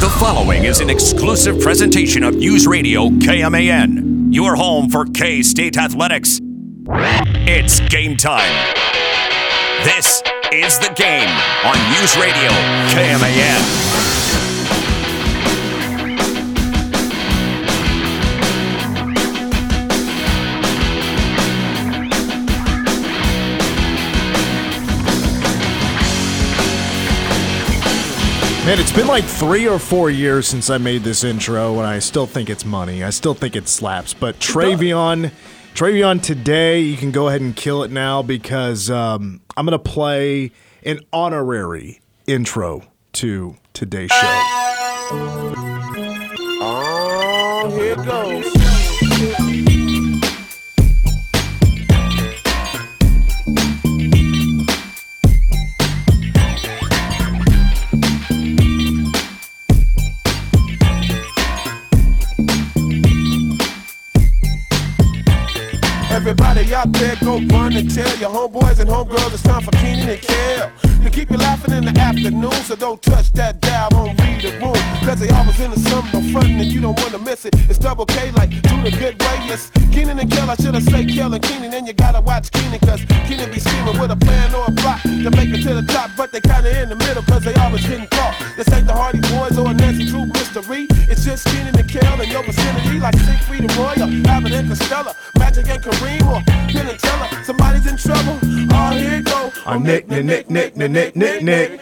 The following is an exclusive presentation of News Radio KMAN, your home for K State athletics. It's game time. This is the game on News Radio KMAN. Man, it's been like three or four years since I made this intro, and I still think it's money. I still think it slaps. But Travion, Travion, today you can go ahead and kill it now because um, I'm gonna play an honorary intro to today's show. Everybody out there, go run and tell your homeboys and homegirls it's time for Keenan and Kel. To keep you laughing in the afternoon, so don't touch that dial, don't read the room. Cause they always in the summer front and you don't wanna miss it. It's double K like do the good way. It's Keenan and Kel, I should've say Kel and Keenan, and you gotta watch Keenan cause Keenan be scheming with a plan or a plot to make it to the top, but they kinda in the middle cause they always getting caught. This ain't the Hardy Boys or a Nancy Drew mystery. It's just Keenan and Kel in your vicinity like Siegfried and Royal, Abbott and Costello, Magic and Kareem or Penn and Teller. Somebody's in trouble. Oh, here it go. I'm Nick, Nick, Nick, Nick, Nick, Nick, Nick, Nick.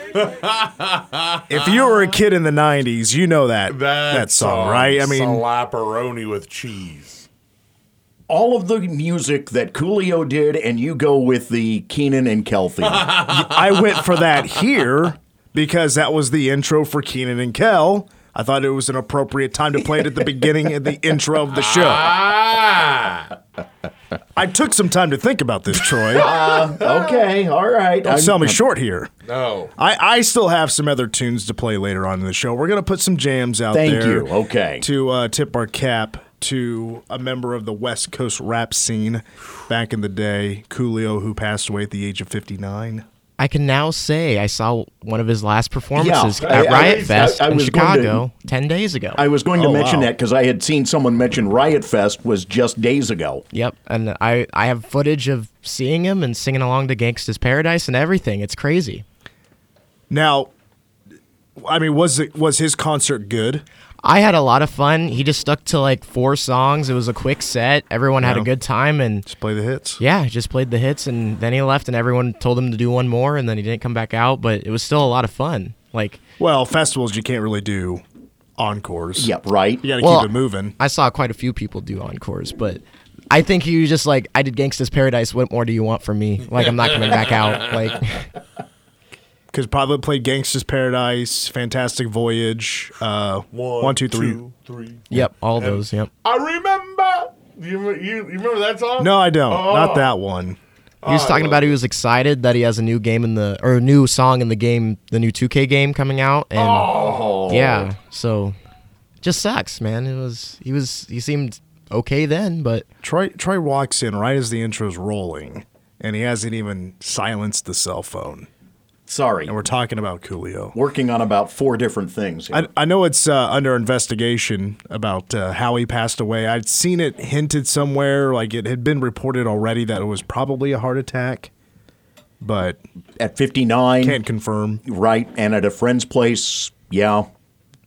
if you were a kid in the '90s, you know that that, song, right? I mean, slapperoni with cheese. all of the music that Coolio did, and you go with the Keenan and Kel theme. I went for that here because that was the intro for Keenan and Kel. I thought it was an appropriate time to play it at the beginning and the intro of the show. Ah, I took some time to think about this, Troy. Uh, okay, all right. Don't sell me short here. no. I, I still have some other tunes to play later on in the show. We're gonna put some jams out Thank there. you. Okay. To uh, tip our cap to a member of the West Coast rap scene back in the day, Coolio, who passed away at the age of fifty nine. I can now say I saw one of his last performances Yeah, at I- I- Riot I- Fest I in was going to- Chicago 10 days ago. I was going to Oh, mention wow. that because I had seen someone mention Riot Fest was just days ago. yep, and I, I have footage of seeing him and singing along to Gangsta's Paradise and everything. It's crazy. Now, I mean, was it was his concert good? I had a lot of fun. He just stuck to like four songs. It was a quick set. Everyone had a Yeah. good time and Just play the hits. yeah, he just played the hits and then he left and everyone told him to do one more and then he didn't come back out, but it was still a lot of fun. Like Well, festivals you can't really do encores. Yep, right. You got to Well, keep it moving. I saw quite a few people do encores, but I think he was just like, I did Gangsta's Paradise. What more do you want from me? Like, I'm not coming back out. Like, Because probably played Gangsta's Paradise, Fantastic Voyage, uh, One, One, Two, Three. two, three. yep, all those. Yep. I remember. You, rem- you, you remember that song? No, I don't. Oh. Not that one. He was talking about he was excited that he has a new game in the or a new song in the game, the new 2K game coming out, and Oh. yeah, so just sucks, man. It was he was he seemed okay then, but Troy, Troy walks in right as the intro's rolling, and he hasn't even silenced the cell phone. Sorry. And we're talking about Coolio. Working on about four different things. here. I, I know it's uh, under investigation about uh, how he passed away. I'd seen it hinted somewhere, like it had been reported already that it was probably a heart attack, but at 59, can't confirm. right, and at a friend's place, yeah,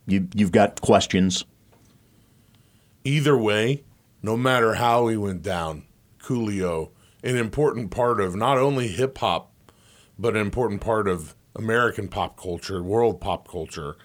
you, you've got questions. Either way, no matter how he went down, Coolio, an important part of not only hip hop, but an important part of American pop culture, world pop culture,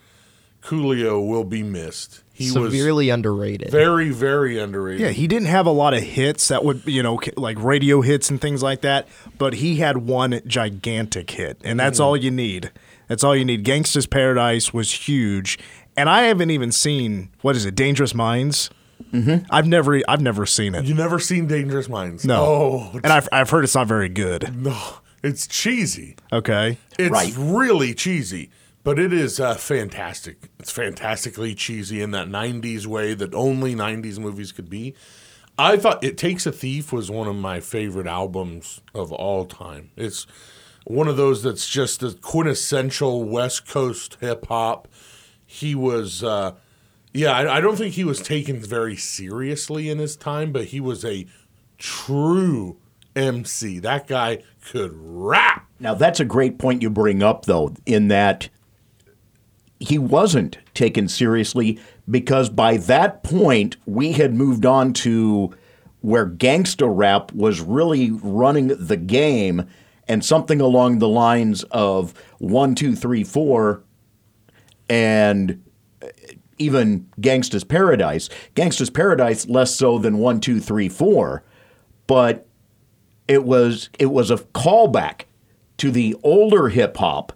Coolio will be missed. He severely underrated. was very, very underrated. Yeah, he didn't have a lot of hits that would, you know, c- like radio hits and things like that, but he had one gigantic hit, and that's all you need. That's all you need. Gangsta's Paradise was huge, and I haven't even seen what is it, Dangerous Minds? Mm-hmm. I've never, I've never seen it. You never seen Dangerous Minds? No, Oh, and I've, I've heard it's not very good. no, it's cheesy. Okay, It's Right. really cheesy, but it is uh, fantastic. It's fantastically cheesy in that 90s way that only 90s movies could be. I thought It Takes a Thief was one of my favorite albums of all time. It's one of those that's just the quintessential West Coast hip hop. he was, uh, yeah, I, I don't think he was taken very seriously in his time, but he was a true MC. That guy could rap. Now, that's a great point you bring up, though, in that he wasn't taken seriously because by that point, we had moved on to where gangsta rap was really running the game and something along the lines of one, two, three, four, and uh, even Gangsta's Paradise. Gangsta's Paradise less so than one, two, three, four, but it was it was a callback to the older hip hop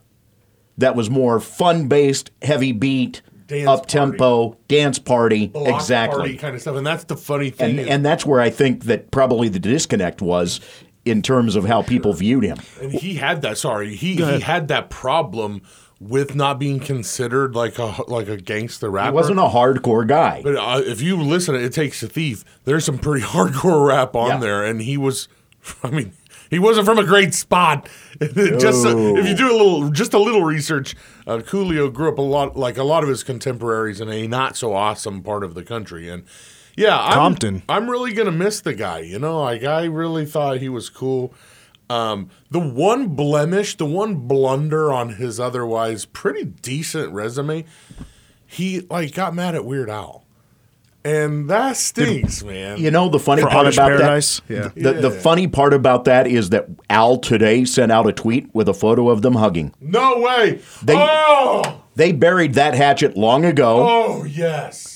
that was more fun based, heavy beat, Dance up tempo, dance party, block exactly. party kind of stuff. And that's the funny thing. And is- and that's where I think that probably the disconnect was in terms of how people viewed him. And he had that. Sorry, he he had that problem with not being considered like a like a gangster rapper. He wasn't a hardcore guy. But uh, if you listen, to it takes a thief. There's some pretty hardcore rap on Yeah. there, and he was. I mean, he wasn't from a great spot. just so, if you do a little, just a little research, uh, Coolio grew up a lot like a lot of his contemporaries in a not so awesome part of the country, and yeah, I'm, Compton. I'm really gonna miss the guy. You know, like I really thought he was cool. Um, the one blemish, the one blunder on his otherwise pretty decent resume, he like got mad at Weird Al. And that stinks, man. You know the funny For part Amish about Paradise? Yeah. that. The, the funny part about that is that Al today sent out a tweet with a photo of them hugging. no way. They- oh, They buried that hatchet long ago. oh yes.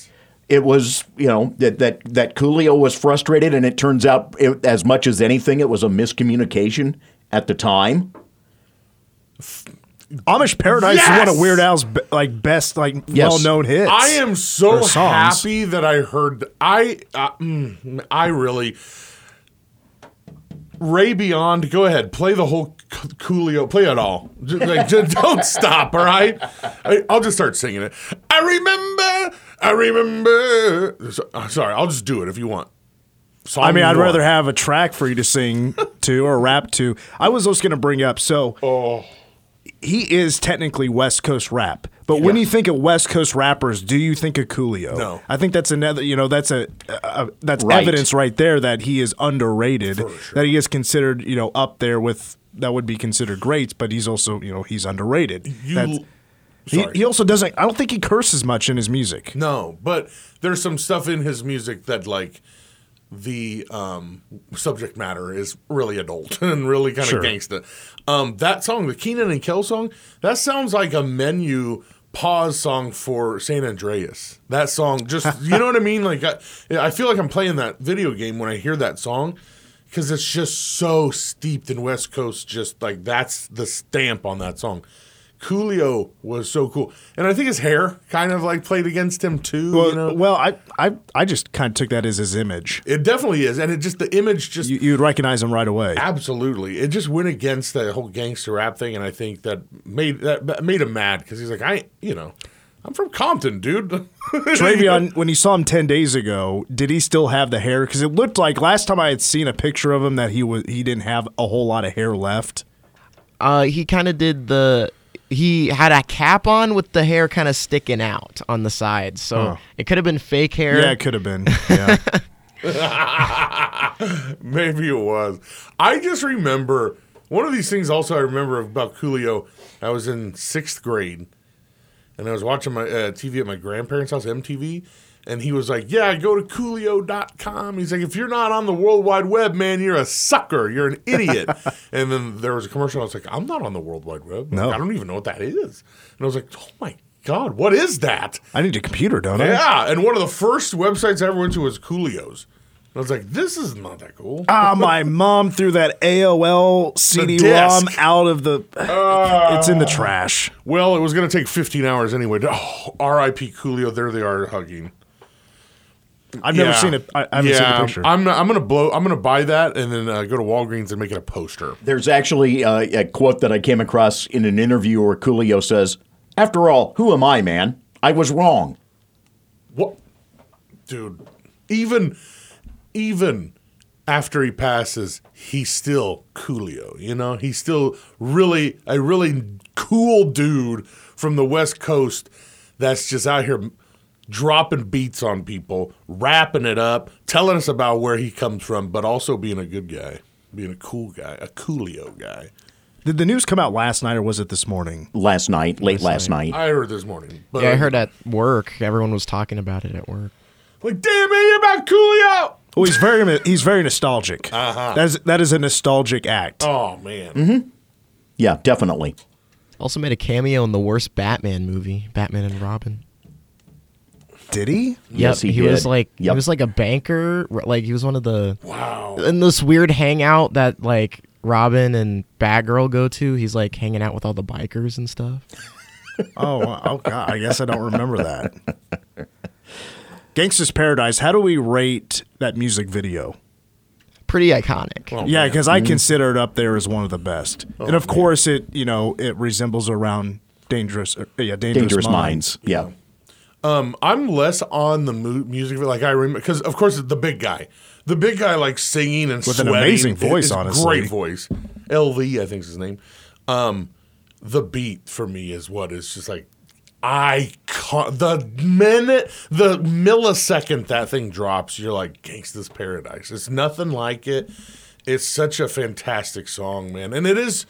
It was you know that that that Coolio was frustrated, and it turns out it, as much as anything, it was a miscommunication at the time. Amish Paradise is one Yes! of Weird Al's be- like best like Yes. well-known hits. I am so Or songs. happy that I heard. I uh, mm, I really. Ray Beyond, go ahead, play the whole C- Coolio, play it all. Just, like, just don't stop, all right? I, I'll just start singing it. I remember, I remember. So- uh, Sorry, I'll just do it if you want. Song I mean, I'd one. rather have a track for you to sing to or rap to. I was just going to bring up so Oh. he is technically West Coast rap, but when you think of West Coast rappers, do you think of Coolio? No. I think that's another. You know, that's a, a, a- that's Right. evidence right there that he is underrated, that he is considered you know up there with that would be considered greats, but he's also you know he's underrated. You- That's- he, sorry. he also doesn't. I don't think he curses much in his music. No, but there's some stuff in his music that like the um, subject matter is really adult and really kind Sure. of gangsta. Um, that song, the Keenan and Kel song, that sounds like a menu pause song for San Andreas. That song, just you know what I mean? Like I, I feel like I'm playing that video game when I hear that song. Because it's just so steeped in West Coast, just like that's the stamp on that song. Coolio was so cool, and I think his hair kind of like played against him too. Well, you know, well, I, I, I just kind of took that as his image. it definitely is, and it just the image just You, you'd recognize him right away. absolutely it just went against the whole gangster rap thing, and I think that made that that made him mad because he's like, I you know, I'm from Compton, dude. Travion, when you saw him ten days ago, did he still have the hair? Because it looked like last time I had seen a picture of him that he was he didn't have a whole lot of hair left. Uh, he kind of did the. He had a cap on with the hair kind of sticking out on the sides, so it could have been fake hair. Yeah, it could have been. Yeah, Maybe it was. I just remember one of these things. Also, I remember about Coolio. I was in sixth grade, and I was watching my uh, TV at my grandparents' house, MTV, and he was like, "Yeah, go to Coolio.com." He's like, "If you're not on the World Wide Web, man, you're a sucker. You're an idiot." and then there was a commercial. I was like, "I'm not on the World Wide Web. No. I don't even know what that is." And I was like, "Oh my god, what is that?" I need a computer, don't I? Yeah, and one of the first websites I ever went to was Coolio's. And I was like, "This is not that cool." Ah, my mom threw that AOL CD-ROM disc. out of the. Ah. it's in the trash. Well, it was going to take 15 hours anyway. Oh, R.I.P. Coolio. There they are hugging. I've never Yeah. seen it. I I haven't seen Yeah, the picture. I'm I'm gonna blow. I'm gonna buy that and then uh, go to Walgreens and make it a poster. There's actually uh, a quote that I came across in an interview where Coolio says, "After all, who am I, man? I was wrong." What, dude? Even even after he passes, he's still Coolio. You know, he's still really a really cool dude from the West Coast that's just out here dropping beats on people, wrapping it up, telling us about where he comes from, but also being a good guy, being a cool guy, a coolio guy. Did the news come out last night or was it this morning? last night, late last night. I heard this morning. But Yeah, Oh, I heard at work. Everyone was talking about it at work. Like, damn it, you're about Coolio. Well, Oh, he's very he's very nostalgic. Uh-huh. That is that is a nostalgic act. Oh man, Mm-hmm. Yeah, definitely. Also made a cameo in the worst Batman movie, Batman and Robin. Did he? Yep, Yes, he was did. like Yep. he was like a banker, r- like he was one of the wow. in this weird hangout that like Robin and Batgirl go to. He's like hanging out with all the bikers and stuff. Oh, wow. oh God, I guess I don't remember that. Gangsta's Paradise. How do we rate that music video? Pretty iconic. Oh, yeah, because Mm-hmm. I consider it up there as one of the best. and of course, it you know it resembles around dangerous, uh, yeah, dangerous, Dangerous minds. Minds. Yeah. Um, I'm less on the mu- music video. Like I remember, because of course the big guy, the big guy like singing and With an sweating. amazing voice, It's honestly. great voice. LV, I think is his name. Um, the beat for me is what is just like I can the minute the millisecond that thing drops, you're like Gangsta's Paradise. It's nothing like it. It's such a fantastic song, man, and it is.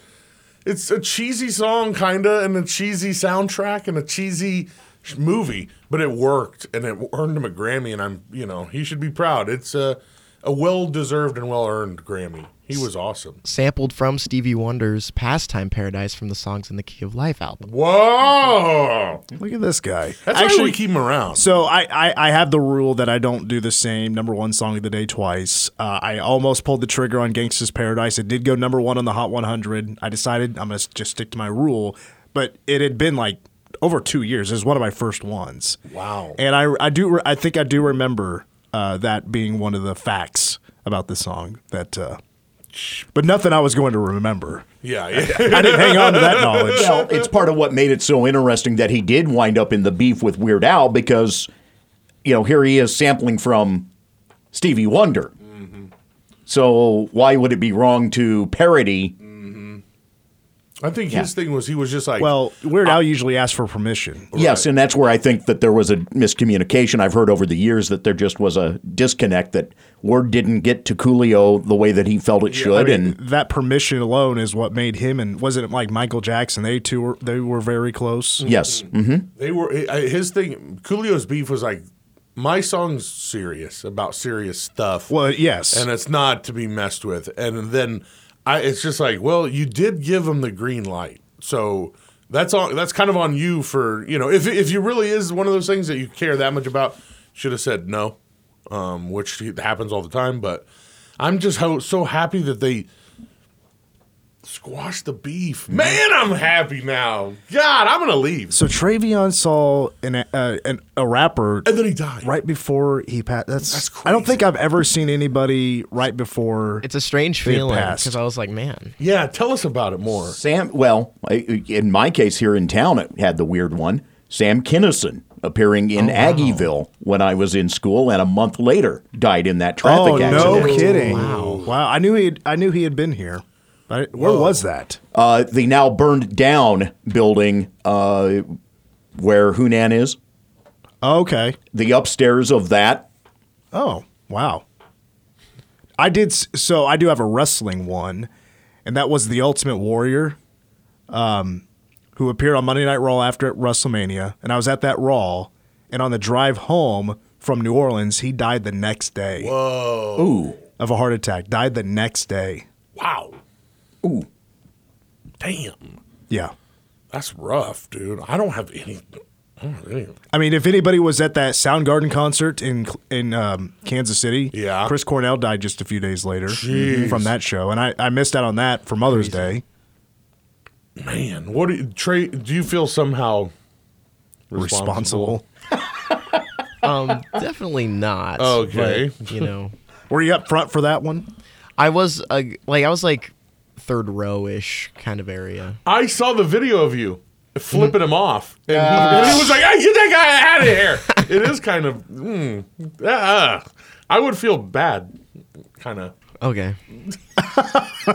It's a cheesy song, kinda, and a cheesy soundtrack and a cheesy sh- movie, but it worked and it earned him a Grammy, and I'm, you know, he should be proud. It's a, a well deserved and well earned Grammy. He was awesome. Sampled from Stevie Wonder's "Pastime Paradise" from the songs in the Key of Life album. Whoa! Look at this guy. That's why we keep him around. So I, I, I have the rule that I don't do the same number one song of the day twice. Uh, I almost pulled the trigger on Gangsta's Paradise. It did go number one on the Hot 100. I decided I'm going to just stick to my rule, but it had been like over two years. It was one of my first ones. Wow. And I, I do re- I think I do remember uh, that being one of the facts about the song that, uh, but nothing I was going to remember. Yeah, yeah. I didn't hang on to that knowledge. Well, it's part of what made it so interesting that he did wind up in the beef with Weird Al because, you know, here he is sampling from Stevie Wonder. So why would it be wrong to parody? I think his thing was he was just like, Well, Weird Al usually asks for permission. Yes, and that's where I think that there was a miscommunication. I've heard over the years that there just was a disconnect that word didn't get to Coolio the way that he felt I it should, mean, and that permission alone is what made him and wasn't it like Michael Jackson? They two were they were very close. yes, hmm They were I- his thing. Coolio's beef was like, my song's serious about serious stuff. Well, yes. and uh, it's not to be messed with. And then I, it's just like, well, you did give him the green light, so that's all. That's kind of on you for you know, if if you really is one of those things that you care that much about, should have said no, um, which happens all the time. But I'm just ho- so happy that they. Squash the beef, Mm-hmm. man! I'm happy now. God, I'm gonna leave. so Travion saw an, uh, an a rapper And then he died. right before he passed. That's, That's I don't think crazy. I've ever seen anybody right before. It's a strange It feeling passed. because I was like, man, Yeah. Tell us about it more. Sam. Well, I, in my case here in town, it had the weird one. Sam Kinnison appearing in Aggieville when I was in school, and a month later died in that traffic oh no accident. kidding! Wow, wow. I knew he I knew he had been here. I, where was that? Uh, the now burned down building uh, where Hunan is, Oh, okay. the upstairs of that. Oh, wow. I did s- so I do have a wrestling one, and that was the Ultimate Warrior, um, who appeared on Monday Night Raw after at WrestleMania, and I was at that Raw, and on the drive home from New Orleans, he died the next day Ooh, of a heart attack. Died the next day. Wow. Ooh. Damn. Yeah. That's rough, dude. I don't have any. I don't have any- I mean, if anybody was at that Soundgarden concert in in um, Kansas City, Yeah. Chris Cornell died just a few days later from that show, and I, I missed out on that for Mother's Day. Man, what do you, Trey? Do you feel somehow Responsible. um, definitely not. Okay. but, you know, Were you up front for that one? I was uh, like I was like third row ish kind of area. I saw the video of you flipping him off, and, he- and he, was like, "Hey, get that guy out of hmm, here!" it is kind of. Mm, ah, I would feel bad, kind of. Okay. All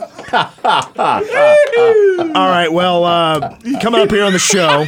right, well, uh, coming up here on the show,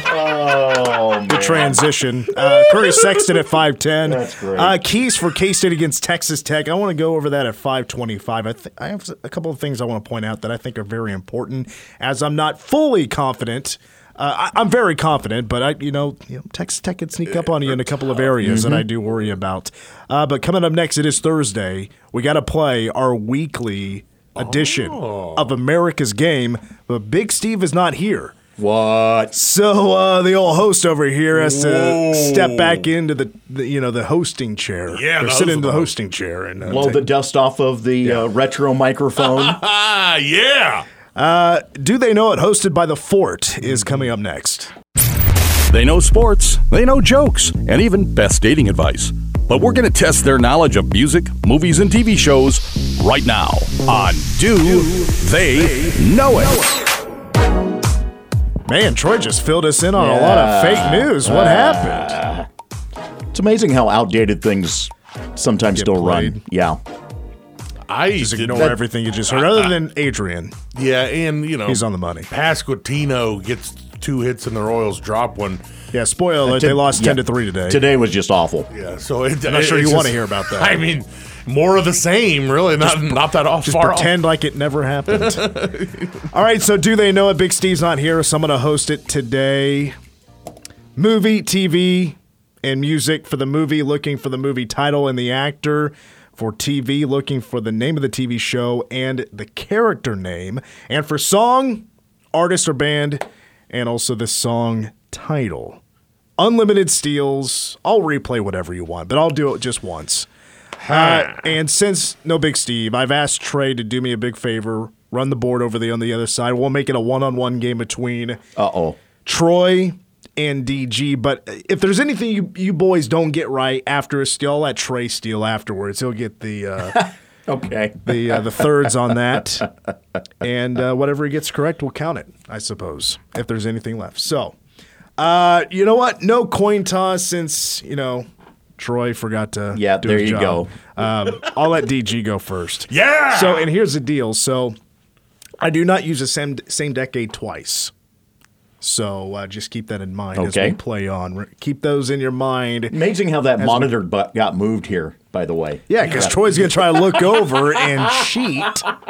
the transition. Uh, Curry Sexton at 5'10. That's great. Uh, keys for K State against Texas Tech. I want to go over that at 525. I, th- I have a couple of things I want to point out that I think are very important, as I'm not fully confident. Uh, I, I'm very confident, but I, you know, you know, Texas Tech can sneak up on you in a couple of areas that I do worry about. Uh, but coming up next, it is Thursday. We got to play our weekly edition of America's Game, but Big Steve is not here. What? So uh, the old host over here has to Whoa. step back into the, the you know the hosting chair. Yeah, or those sit in are the the- hosting chair and uh, Blow take- the dust off of the uh, retro microphone. Ah, yeah. Uh, do they know it? Hosted by the Fort is coming up next. They know sports, they know jokes, and even best dating advice. But we're going to test their knowledge of music, movies, and TV shows right now on Do, They, Know It? Man, Troy just filled us in on a lot of fake news. What happened? It's amazing how outdated things sometimes Get still played. run. Yeah. I Just didn't- ignore everything you just heard, other than Adrian. Yeah, and you know He's on the money. Pasquatino gets two hits and the Royals drop one. Yeah, spoiler alert, they lost ten to three today. Today was just awful. Yeah, so it, I'm not sure it's you want to just- hear about that. I mean, more of the same, really. Not not that off Just far pretend like it never happened. All right, so do they know it? Big Steve's not here, so I'm going to host it today. Movie, TV, and music for the movie, looking for the movie title and the actor. For TV, looking for the name of the TV show and the character name. And for song, artist or band, and also the song title. Unlimited steals. I'll replay whatever you want, but I'll do it just once. Uh, and since no Big Steve, I've asked Trey to do me a big favor, run the board over the on the other side. We'll make it a one-on-one game between Uh oh. Troy and DG. But if there's anything you, you boys don't get right after a steal, I'll let Trey steal afterwards. He'll get the uh, Okay. the uh, the thirds on that, and uh, whatever he gets correct, we'll count it. I suppose if there's anything left. So, uh, you know what? No coin toss since you know. Troy forgot to. Yeah, do there his you job. go. Um, I'll let DG go first. Yeah! So, and here's the deal. So, I do not use the same same decade twice. So uh, just keep that in mind as Okay. we play on. Re- Keep those in your mind. Amazing how that monitor bu- got moved here, by the way. Yeah, because Troy's gonna try to look over and cheat. Uh,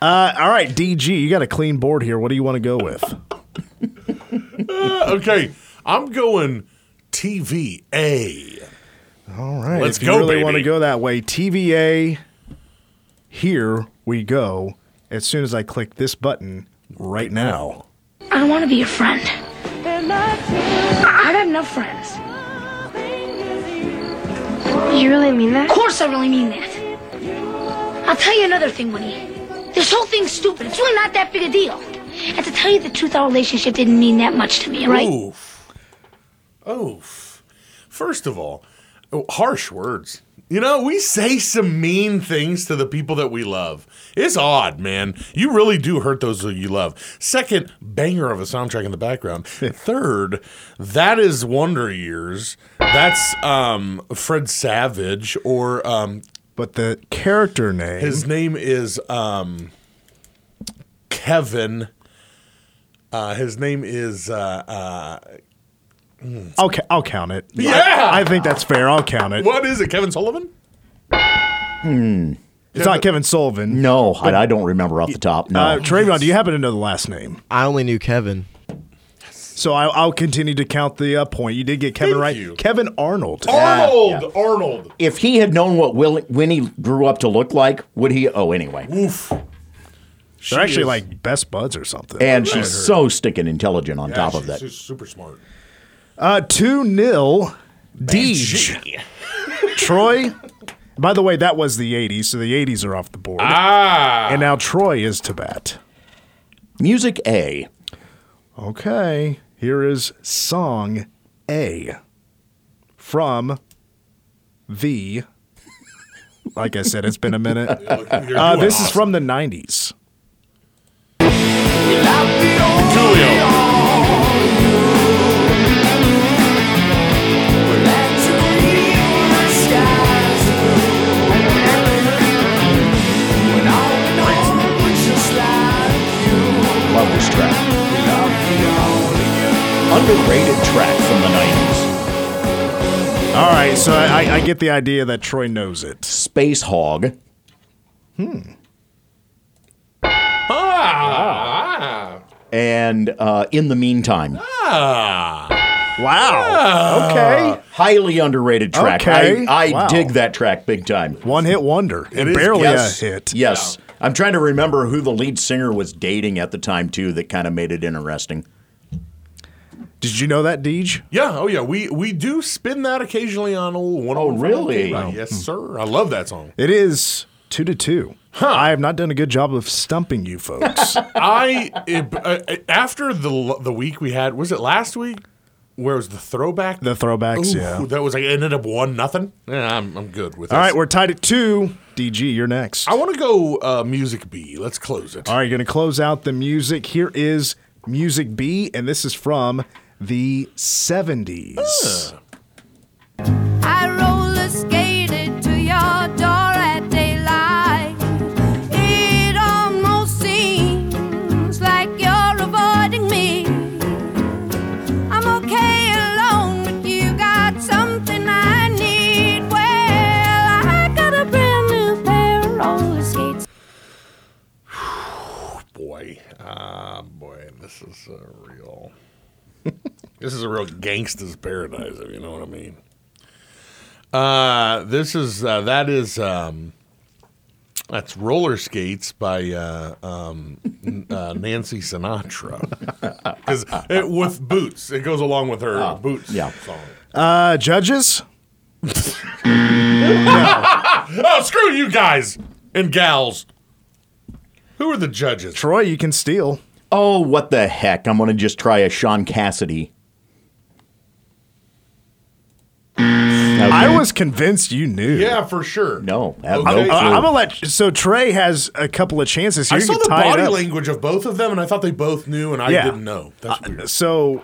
all right, DG, you got a clean board here. What do you want to go with? off. Okay, I'm going TVA. All right, Let's if you go, really want to baby. go that way, TVA. Here we go. As soon as I click this button right now. I want to be your friend. I- I've had enough friends. You really mean that? Of course I really mean that. I'll tell you another thing, Winnie. This whole thing's stupid. It's really not that big a deal. And to tell you the truth, our relationship didn't mean that much to me, right? Oof. Oof. First of all, oh, harsh words. You know, we say some mean things to the people that we love. It's odd, man. You really do hurt those that you love. Second, banger of a soundtrack in the background. Third, that is Wonder Years. That's um, Fred Savage, or um, But the character name. his name is um, Kevin. Uh, his name is uh, uh, I'll, ca- I'll count it. Yeah! I, I think that's fair. I'll count it. What is it, Kevin Sullivan? It's not Kevin Sullivan. No, I, I don't remember off the top. No. Uh, Trayvon, do you happen to know the last name? I only knew Kevin. So I, I'll continue to count the uh, point. You did get Kevin Thank right. you. Oh, Kevin Arnold. Arnold, Arnold. if he had known what Will, Winnie grew up to look like, would he? Oh, anyway. Oof. They're She actually is- like best buds or something. And she's so sticking intelligent on top of she's- that. She's super smart. uh, 2 0 Deej. Troy. By the way, that was the 80s, so the 80s are off the board. Ah. And now Troy is to bat. Music A. Okay. Here is song A from the. Like I said, it's been a minute. Uh, this is from the 90s. Coolio. All right, so I, I- I get the idea that Troy knows it. Space Hog. Ah, And uh, in the meantime, ah. Wow. Okay. highly underrated track. Okay. I, I Wow. dig that track big time. One hit wonder. It is- barely yes. a hit. Yes. I'm trying to remember who the lead singer was dating at the time, too, that kind of made it interesting. Did you know that, Deej? Yeah, oh yeah, we we do spin that occasionally on old Oh, one. really? Yes, hmm. sir. I love that song. It is two to two. I have not done a good job of stumping you folks. I it, uh, after the l- the week we had was it last week where it was the throwback the throwbacks, Ooh, yeah. that was like ended up one nothing. Yeah, I'm, I'm good with. All this. right, we're tied at two. DG, you're next. I want to go uh, music B. Let's close it. All right, going to close out the music. Here is Music B, and this is from the 70s. I roller skated to your door at daylight. It almost seems like you're avoiding me. I'm okay alone, but you got something I need. Well, I got a brand new pair of roller skates. boy, ah, boy, this is a real. this is a real gangster's paradise, if you know what I mean. Uh, this is uh, that is um, that's roller skates by uh, um, n- uh, Nancy Sinatra because with boots it goes along with her boots yeah. song. Uh, judges? Oh, screw you guys and gals. Who are the judges? Troy, you can steal. Oh, what the heck? I'm going to just try a Sean Cassidy. I was convinced you knew. Yeah, for sure. No, I have Okay. no clue. Uh, I'm gonna let so Trey has a couple of chances here. I You saw can the tie it body up. language of both of them, and I thought they both knew, and I Yeah. Uh, didn't know. That's weird. So,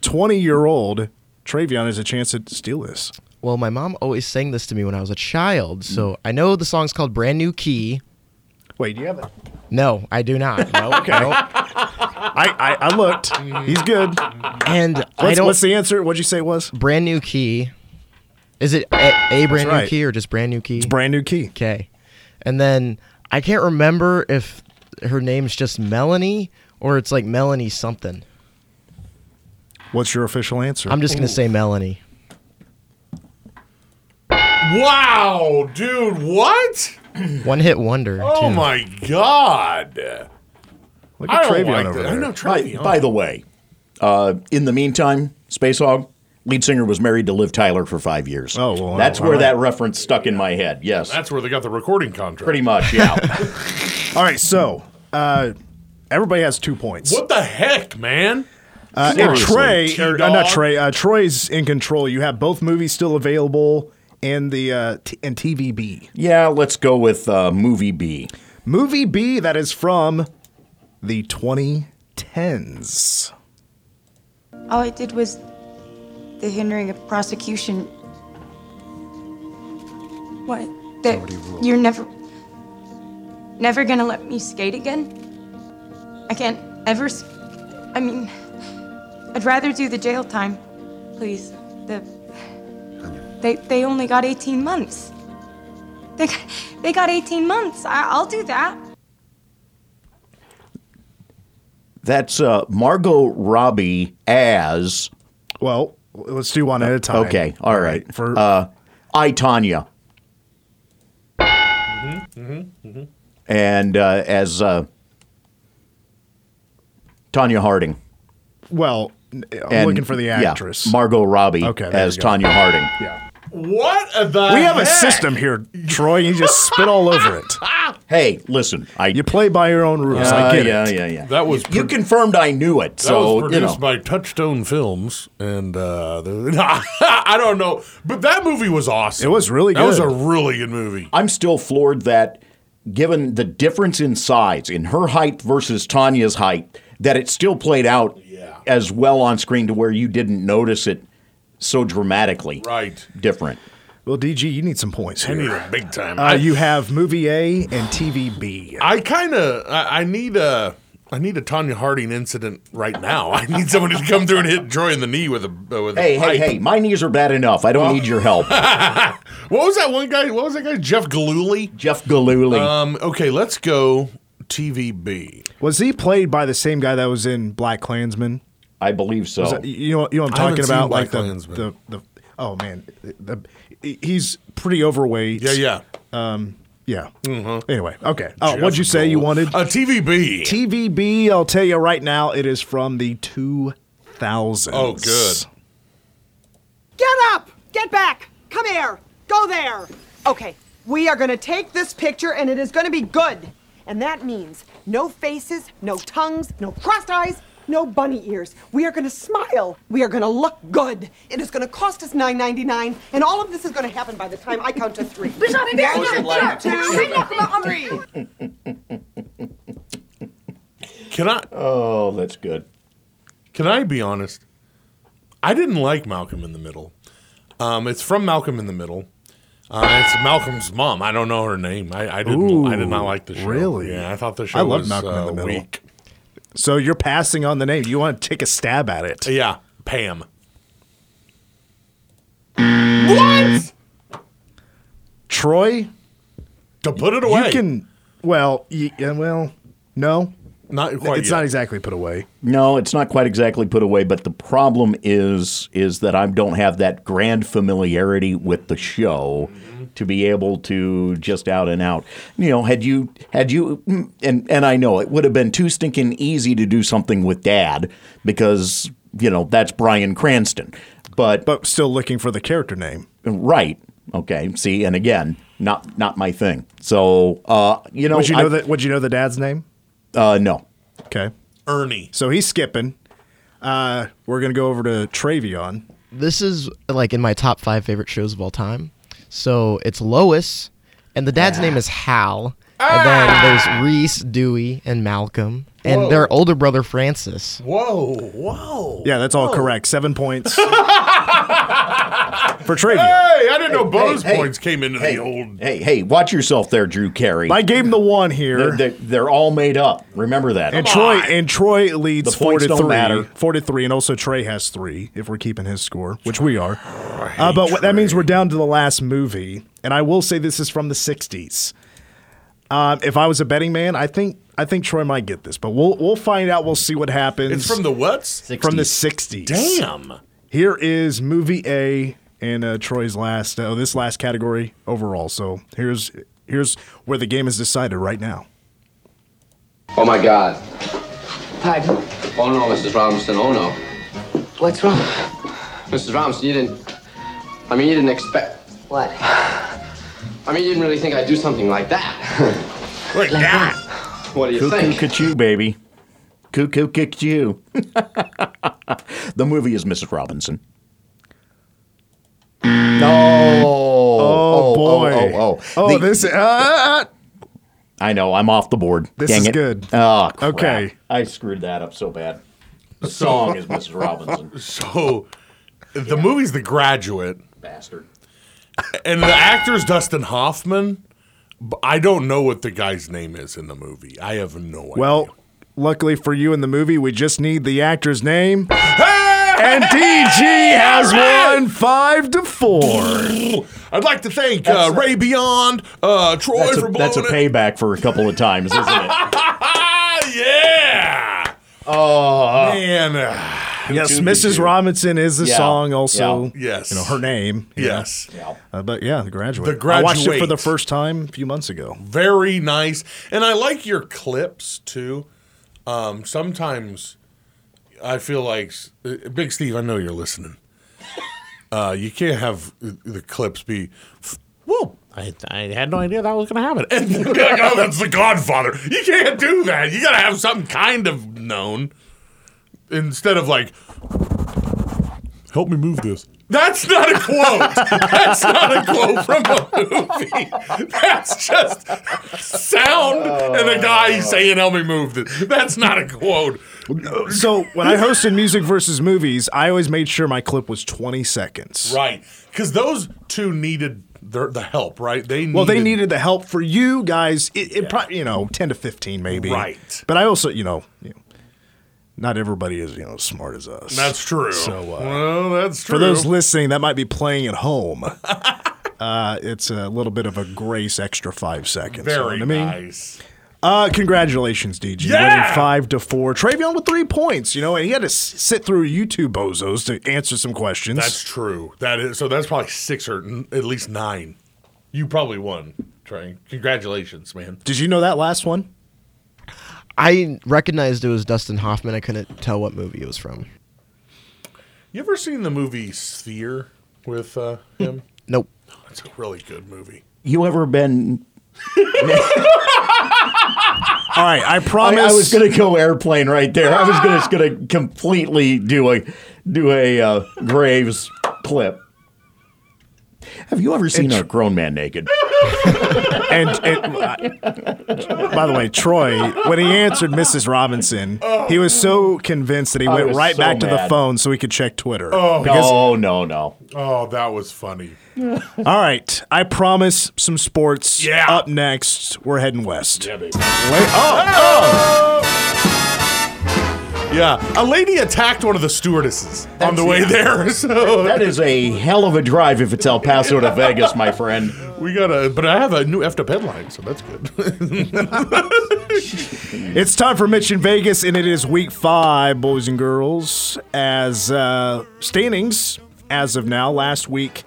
twenty year old Travion has a chance to steal this. Well, my mom always sang this to me when I was a child, so I know the song's called Brand New Key. Wait, do you have it? No, I do not. No, okay. I, I I looked. He's good. What's, And I don't. what's the answer? What'd you say it was? brand new key. Is it a, a brand new right. key or just brand new key? Brand new key. okay. And then I can't remember if her name's just Melanie or it's like Melanie something. What's your official answer? I'm just gonna say Melanie. Wow, dude, what? One hit wonder. Oh too. my god! Look I at don't Travion like over that. I there. know by, Travion. by the way, uh, in the meantime, Space Hog, lead singer was married to Liv Tyler for five years. Oh, well, that's all where right. that reference stuck in my head. Yes, That's where they got the recording contract. pretty much. Yeah. All right, so uh, everybody has two points. What the heck, man? Uh, and Seriously, Trey, or, uh, not T-Dog. Trey, uh, Troy's in control. You have both movies still available and the uh, t- and TVB. yeah. Let's go with uh, movie B. Movie B that is from the 2010s. All I did was the hindering of prosecution. What? That you're never, never gonna let me skate again? I can't ever. s- I mean, I'd rather do the jail time, please. The they they only got 18 months. They got- they got 18 months. I, I'll do that. That's uh, Margot Robbie as Well, let's do one at a time. okay. All right. For uh, I Tanya. Mm-hmm, And uh, as uh, Tanya Harding. well, n- I'm and- looking for the yeah, actress. Margot Robbie Okay, there as you go. Tanya Harding. yeah. What the? We have a heck? system here, Troy. You just spit all over it. Hey, listen, I You play by your own rules. yeah, I get Uh, yeah, it. yeah, yeah. That was you pro- confirmed I knew it. That was so you produced know, by Touchstone Films, and uh, the- I don't know, but that movie was awesome. It was really That was good. a really good movie. I'm still floored that, given the difference in size in her height versus Tanya's height, that it still played out Yeah. as well on screen to where you didn't notice it so dramatically Right. different. Well, DG, you need some points I here. need a big time. Uh, you have movie A and TVB. I kind of I, I need a I need a Tanya Harding incident right now. I need somebody to come through and hit Troy in the knee with a uh, with a Hey, hey, pipe. hey, my knees are bad enough. I don't need your help. What was that one guy? What was that guy? Jeff Galooly. Jeff Galooly. Um. Okay, let's go TVB. Was he played by the same guy that was in Black Klansman? I believe so. Is that- you know, you know what I'm I haven't talking about, seen Black like the, Klansman. the the oh man, the, he's pretty overweight. Yeah, Mm-hmm. yeah. yeah. Anyway, okay. Oh, what'd you say you wanted? A TVB. TVB. I'll tell you right now, it is from the 2000s. oh, good. Get up! Get back! Come here! Go there! Okay, we are gonna take this picture and it is gonna be good. And that means no faces, no tongues, no crossed eyes, no bunny ears. We are gonna smile. We are gonna look good. It is gonna cost us $9.99, and all of this is gonna happen by the time I count to three. Can I oh, that's good. can I be honest? I didn't like Malcolm in the Middle. Um, it's from Malcolm in the Middle. Uh, it's Malcolm's mom. I don't know her name. I, I didn't. I did not like the show. really? Yeah, I thought the show I love was Malcolm in uh, the Middle. weak. So you're passing on the name. You want to take a stab at it? Yeah, Pam. Troy, To put it away. you can. Well, you, yeah, well, no, not quite. it's yet. not exactly put away. No, it's not quite exactly put away, but the problem is is that I don't have that grand familiarity with the show to be able to just out and out. You know, had you had you and and I know it would have been too stinking easy to do something with Dad because you know that's Brian Cranston, but But still looking for the character name. right, okay, see, and again, not not my thing. So uh, you know, Would you know I- that? Would you know the dad's name? Uh, no, Okay, Ernie. so he's skipping. Uh, we're gonna go over to Travion. This is like in my top five favorite shows of all time. So it's Lois, and the dad's name is Hal. And then there's Reese, Dewey, and Malcolm, and their older brother Francis. Whoa, whoa. Yeah, that's all correct. Seven points for Travion. Hey, I didn't know bonus hey, points came into hey, the old. hey, hey, watch yourself there, Drew Carey. I gave him the one here. They're, they're, they're all made up. Remember that. And Troy and Troy leads The four points to don't three. matter. Four to three, and also Trey has three if we're keeping his score, which we are. Uh, but what, that means we're down to the last movie, and I will say this is from the '60s. Um, if I was a betting man, I think I think Troy might get this, but we'll we'll find out. We'll see what happens. It's from the what's? from the '60s. Damn. Here is movie A and uh, Troy's last. Oh, this last category overall. So here's here's where the game is decided right now. Oh my God. Pardon? Oh no, Mrs. Robinson. Oh no. What's wrong? Mrs. Robinson, you didn't. I mean, you didn't expect. What? I mean, you didn't really think I'd do something like that. Like that. what do you Cuckoo think? Cuckoo, baby. Cuckoo Cuckoo. the movie is Mrs. Robinson. No. Oh, boy. Oh, oh, oh. Oh, The- this. Uh, I know. I'm off the board. This Dang is it. good. Oh, crap. Okay. I screwed that up so bad. The song is Mrs. Robinson. So the movie's The Graduate, Bastard. and the actor's Dustin Hoffman. But I don't know what the guy's name is in the movie. I have no idea. Well, luckily for you in the movie, we just need the actor's name. And Hey! DG has won five to four. I'd like to thank uh, Ray Beyond, uh, Troy That's for a, blowing that's a it. payback for a couple of times, isn't it? yeah. Oh man. Yes, Mrs. Robinson is the Yeah, song. Also, yeah. Yes. you know her name. you Yes. Yeah. know. Uh, but yeah, the graduate. The I watched it for Graduate. the first time a few months ago. very nice and i like your clips too um sometimes i feel like uh, big steve i know you're listening uh you can't have the clips be whoa I, I had no idea that was going to happen. And you're like, oh, that's the Godfather. You can't do that. You got to have something kind of known instead of like, help me move this. That's not a quote. That's not a quote from a movie. That's just sound and a guy saying, help me move this. That's not a quote. So when I hosted music versus movies, I always made sure my clip was twenty seconds. Right. Because those two needed They're the help, right? They needed, Well, they needed the help for you guys. It, it probably, you know, 10 to 15 maybe. Right. But I also, you know, you know, not everybody is, you know, as smart as us. That's true. So, uh, well, that's true. For those listening that might be playing at home, uh, it's a little bit of a grace extra five seconds. You know very what I mean? nice. Uh, congratulations, DG. Winning five to four. Travion with three points. You know, and he had to s- sit through you two bozos to answer some questions. That's true. That is so. That's probably six or n- at least nine. You probably won, Trey. Congratulations, man. Did you know that last one? I recognized it was Dustin Hoffman. I couldn't tell what movie it was from. You ever seen the movie Sphere with uh, him? Nope. It's a really good movie. You ever been? All right, I I, promise. I was gonna go airplane right there. I was gonna, just gonna completely do a do a uh, Graves clip. Have you ever seen a grown man naked? and, and uh, by the way, Troy, when he answered Mrs. Robinson, he was so convinced that he I went was right so back to the mad. Oh. phone so he could check Twitter. no, no, no. Oh, that was funny. All right, I promise some sports. Yeah. Up next, we're heading west. Yeah, a lady attacked one of the stewardesses on the way there. So That is a hell of a drive if it's El Paso to Vegas, my friend. we gotta. But I have a new effed up headline, so that's good. It's time for Mitch in Vegas, and it is week five, boys and girls. As uh, standings as of now, last week,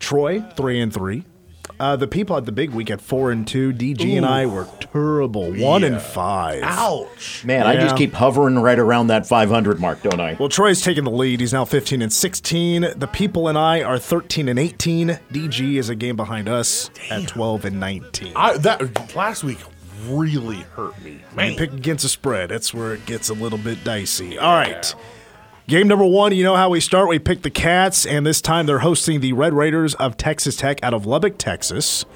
Troy three and three. Uh, the people at the big week at four and two. DG and I were terrible, one and five. Ouch. Man, I just Yeah. keep hovering right around that 500 mark, don't I? Well, Troy's taking the lead. He's now 15 and 16. The people and I are 13 and 18. DG is a game behind us at 12 and 19. I that last week really hurt me. You pick against a spread. That's where it gets a little bit dicey. All right. Game number one, you know how we start. We pick the Cats, and this time they're hosting the Red Raiders of Texas Tech out of Lubbock, Texas.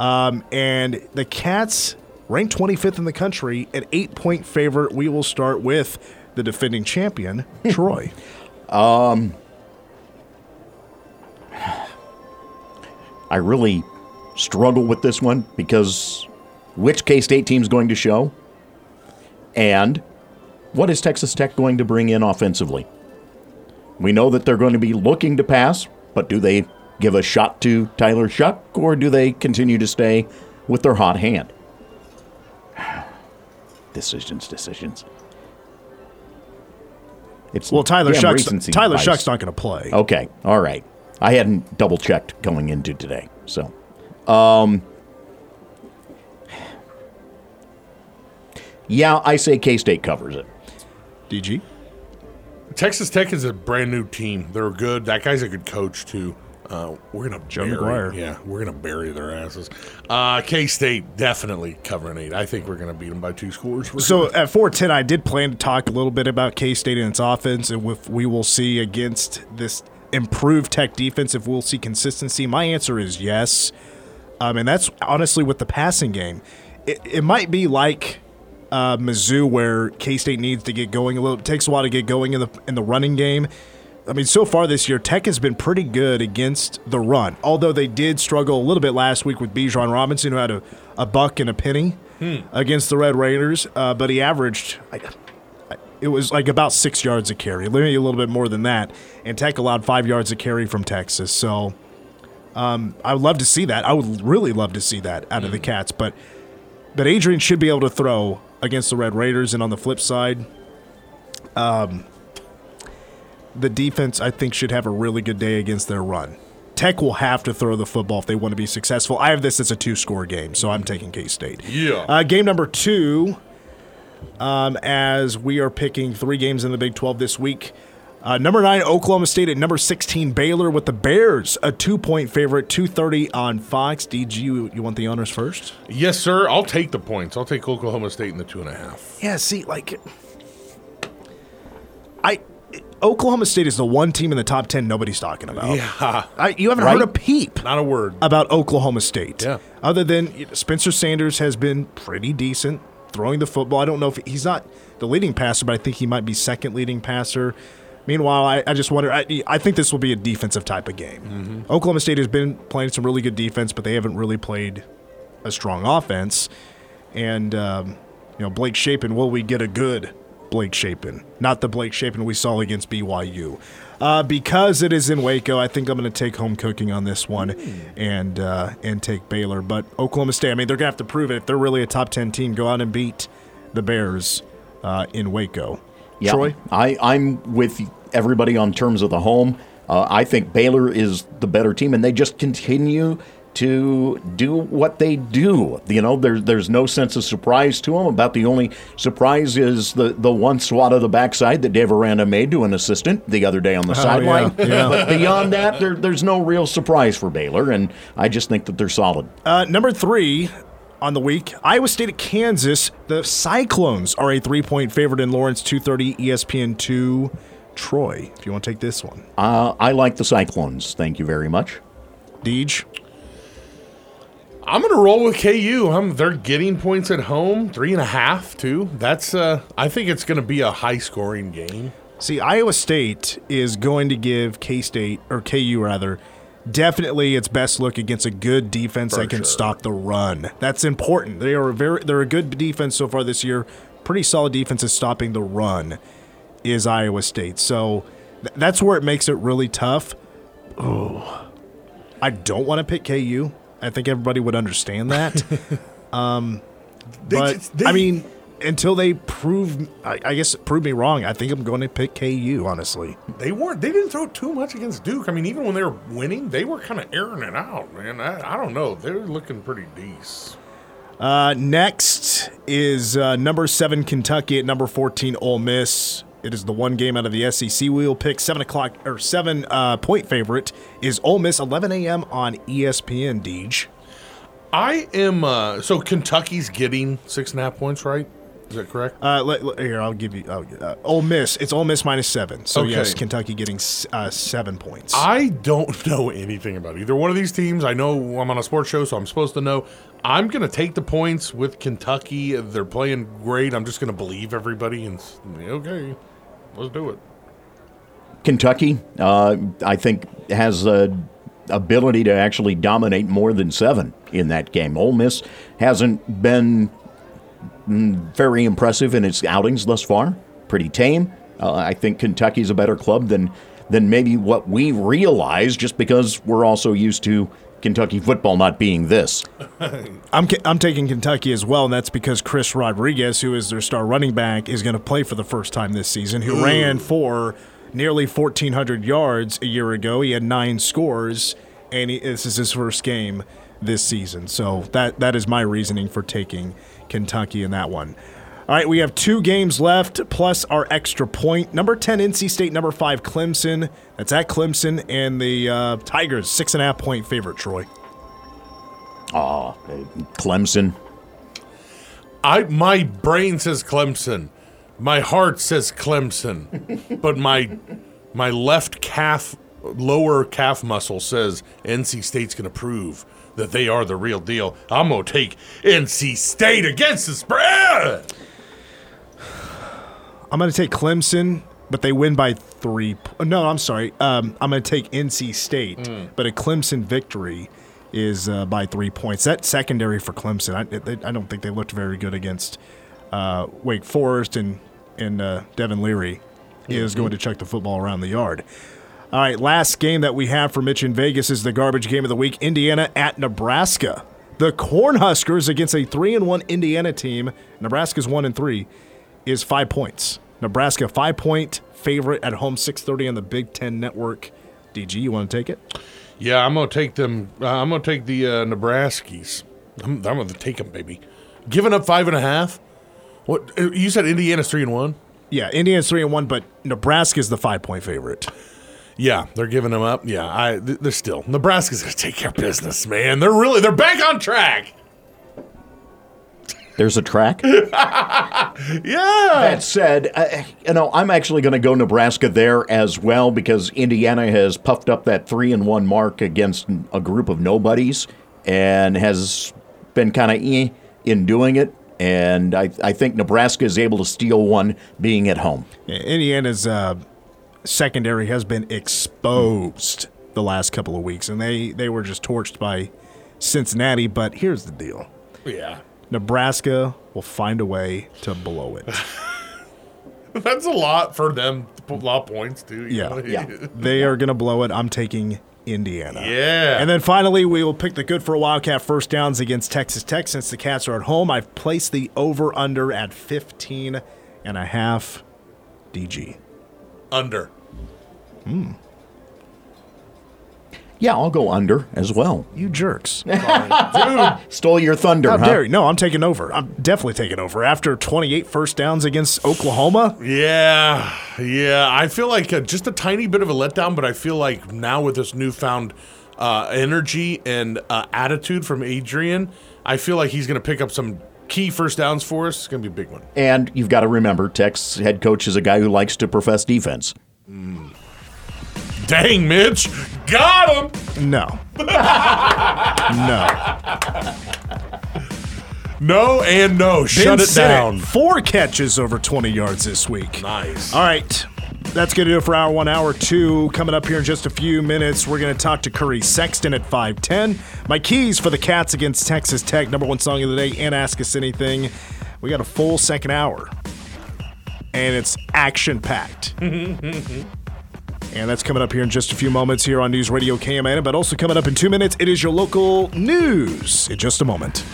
Um, and the Cats ranked 25th in the country, an eight point favorite. We will start with the defending champion, Troy. I really struggle with this one because which K State team's going to show? And what is Texas Tech going to bring in offensively? We know that they're going to be looking to pass, but do they give a shot to Tyler Shuck or do they continue to stay with their hot hand? Decisions, decisions. It's Well, Tyler damn Shuck's, recency Tyler bias. Oh. Shuck's not going to play. Okay. All right. I hadn't double checked going into today. So, um, yeah, I say K State covers it. DG. Texas Tech is a brand new team. They're good. That guy's a good coach too. Uh, we're gonna Joe bury, McGuire. Yeah, we're gonna bury their asses. Uh, K State definitely covering eight. I think we're gonna beat them by two scores. for So sure. at 410, I did plan to talk a little bit about K State and its offense, and if we will see against this improved tech defense, if we'll see consistency. My answer is yes. Um, and that's honestly with the passing game. It, it might be like uh, Mizzou, where K State needs to get going a little. It takes a while to get going in the in the running game. I mean, so far this year, Tech has been pretty good against the run. Although they did struggle a little bit last week with Bijan Robinson, who had a, a buck and a penny against the Red Raiders, uh, but he averaged. I, I- it was like about six yards a carry, maybe a little bit more than that. And Tech allowed five yards a carry from Texas, so um, I would love to see that. I would really love to see that out of the Cats, but but Adrian should be able to throw against the Red Raiders. And on the flip side, um, the defense, I think, should have a really good day against their run. Tech will have to throw the football if they want to be successful. I have this as a two score game, so I'm taking K State. Yeah. Uh, game number two, um, as we are picking three games in the Big 12 this week. Uh, number nine, Oklahoma State at number 16, Baylor with the Bears, a two point favorite, 230 on Fox. DG, you, you want the honors first? yes, sir. I'll take the points. I'll take Oklahoma State in the two and a half. Yeah, see, like, I Oklahoma State is the one team in the top ten nobody's talking about. Yeah, I, you haven't heard a peep not a word. about Oklahoma State. Yeah. Other than you know, Spencer Sanders has been pretty decent throwing the football. I don't know if he's not the leading passer, but I think he might be second leading passer. Meanwhile, I, I just wonder. I, I think this will be a defensive type of game. Mm-hmm. Oklahoma State has been playing some really good defense, but they haven't really played a strong offense. And um, you know, Blake Shapen, will we get a good Blake Shapen? Not the Blake Shapen we saw against BYU. Uh, because it is in Waco, I think I'm going to take home cooking on this one and uh, and take Baylor. But Oklahoma State, I mean, they're going to have to prove it. If they're really a top ten team, go out and beat the Bears uh, in Waco. Yeah, Troy, I, I'm with everybody on terms of the home. Uh, I think Baylor is the better team, and they just continue to do what they do. You know, there, there's no sense of surprise to them. About the only surprise is the, the one swat of the backside that Dave Aranda made to an assistant the other day on the Oh, sideline. yeah, yeah. But beyond that, there, there's no real surprise for Baylor, and I just think that they're solid. Uh, number three on the week, Iowa State at Kansas. The Cyclones are a three-point favorite in Lawrence, E 230 ESPN 2. Troy, if you want to take this one. Uh, I like the Cyclones. Thank you very much. Deej, I'm gonna roll with KU. I'm they're getting points at home, three and a half, two. That's uh I think it's gonna be a high scoring game. see, Iowa State is going to give K-State, or KU rather, definitely its best look against a good defense that can stop the run. That's important. They are a very, they're a good defense so far this year. Pretty solid defense is stopping the run is Iowa State. So th- that's where it makes it really tough. I don't want to pick KU. I think everybody would understand that. Um, They but just- they- I mean, until they prove, I, I guess, prove me wrong, I think I'm going to pick KU. Honestly, they weren't they didn't throw too much against Duke. I mean, even when they were winning, they were kind of airing it out, man. I, I don't know. They're looking pretty decent. uh, next is uh, number seven Kentucky at number fourteen Ole Miss. It is the one game out of the SEC we will pick. Seven o'clock or seven uh, point favorite is Ole Miss. Eleven a.m. on E ESPN. Deej. I am uh so Kentucky's getting six and a half points, right? Is that correct? Uh, let, let- here, I'll give you oh, uh, Ole Miss. It's Ole Miss minus seven. So Okay. yes, Kentucky getting s- uh, seven points. I don't know anything about either one of these teams. I know I'm on a sports show, so I'm supposed to know. I'm going to take the points with Kentucky. They're playing great. I'm just going to believe everybody and s- okay, let's do it. Kentucky, uh, I think, has the ability to actually dominate more than seven in that game. Ole Miss hasn't been mm, very impressive in its outings thus far. Pretty tame. Uh, I think Kentucky's a better club than than maybe what we realize, just because we're also used to Kentucky football not being this. I'm ca- I'm taking Kentucky as well, and that's because Chris Rodriguez, who is their star running back, is going to play for the first time this season. Who ran for nearly 1,400 yards a year ago. He had nine scores, and he, this is his first game this season. So that that is my reasoning for taking Kentucky in that one. All right, we have two games left plus our extra point. Number 10, NC State. Number 5, Clemson. That's at Clemson. And the uh, Tigers, six and a half point favorite, Troy. Ah, Clemson. I my brain says Clemson. My heart says Clemson. but my my left calf lower calf muscle says NC State's going to prove that they are the real deal. I'm going to take NC State against the spread. I'm going to take Clemson, but they win by three. p- oh, No, I'm sorry. Um, I'm going to take NC State, but a Clemson victory is uh, by three points. That secondary for Clemson, I, they, I don't think they looked very good against uh, Wake Forest and and uh, Devin Leary is going to chuck the football around the yard. All right, last game that we have for Mitch in Vegas is the garbage game of the week: Indiana at Nebraska. The Cornhuskers against a three and one Indiana team. Nebraska's one and three is five points. Nebraska five point favorite at home, six thirty on the Big Ten Network. DG, you want to take it? Yeah, I'm gonna take them. Uh, I'm gonna take the uh, Nebraskis. I'm, I'm gonna take them, baby. Giving up five and a half. What uh, you said? Indiana's three and one. Yeah, Indiana's three and one, but Nebraska's the five point favorite. Yeah, they're giving them up. Yeah, I. th- They're still Nebraska's gonna take care of business, man. They're really they're back on track. There's a track. Yeah, Oh. That said, uh, you know, I'm actually going to go Nebraska there as well because Indiana has puffed up that three and one mark against a group of nobodies and has been kind of eh in doing it. And I, I think Nebraska is able to steal one being at home. Yeah, Indiana's uh, secondary has been exposed the last couple of weeks, and they they were just torched by Cincinnati. But here's the deal: Yeah. Nebraska will find a way to blow it. That's a lot for them. A lot of points, too. you Yeah. know? Yeah. They are going to blow it. I'm taking Indiana. Yeah. And then finally, we will pick the good for a Wildcat first downs against Texas Tech since the Cats are at home. I've placed the over under at 15 and a half. DG. Under. Yeah, I'll go under as well. You jerks. Stole your thunder, How huh? dare you? No, I'm taking over. I'm definitely taking over. After 28 first downs against Oklahoma, Yeah, yeah. I feel like uh, just a tiny bit of a letdown, but I feel like now with this newfound uh, energy and uh, attitude from Adrian, I feel like he's going to pick up some key first downs for us. It's going to be a big one. And you've got to remember, Tech's head coach is a guy who likes to profess defense. Dang, Mitch, got him. no. no. No and no. Shut Ben it Sinnott, down. Four catches over 20 yards this week. Nice. All right. That's going to do it for hour one, hour two. Coming up here in just a few minutes, we're going to talk to Curry Sexton at 510. My keys for the Cats against Texas Tech, number one song of the day, and Ask Us Anything. We got a full second hour, and it's action packed. and that's coming up here in just a few moments here on News Radio KMN, but also coming up in two minutes, it is your local news in just a moment.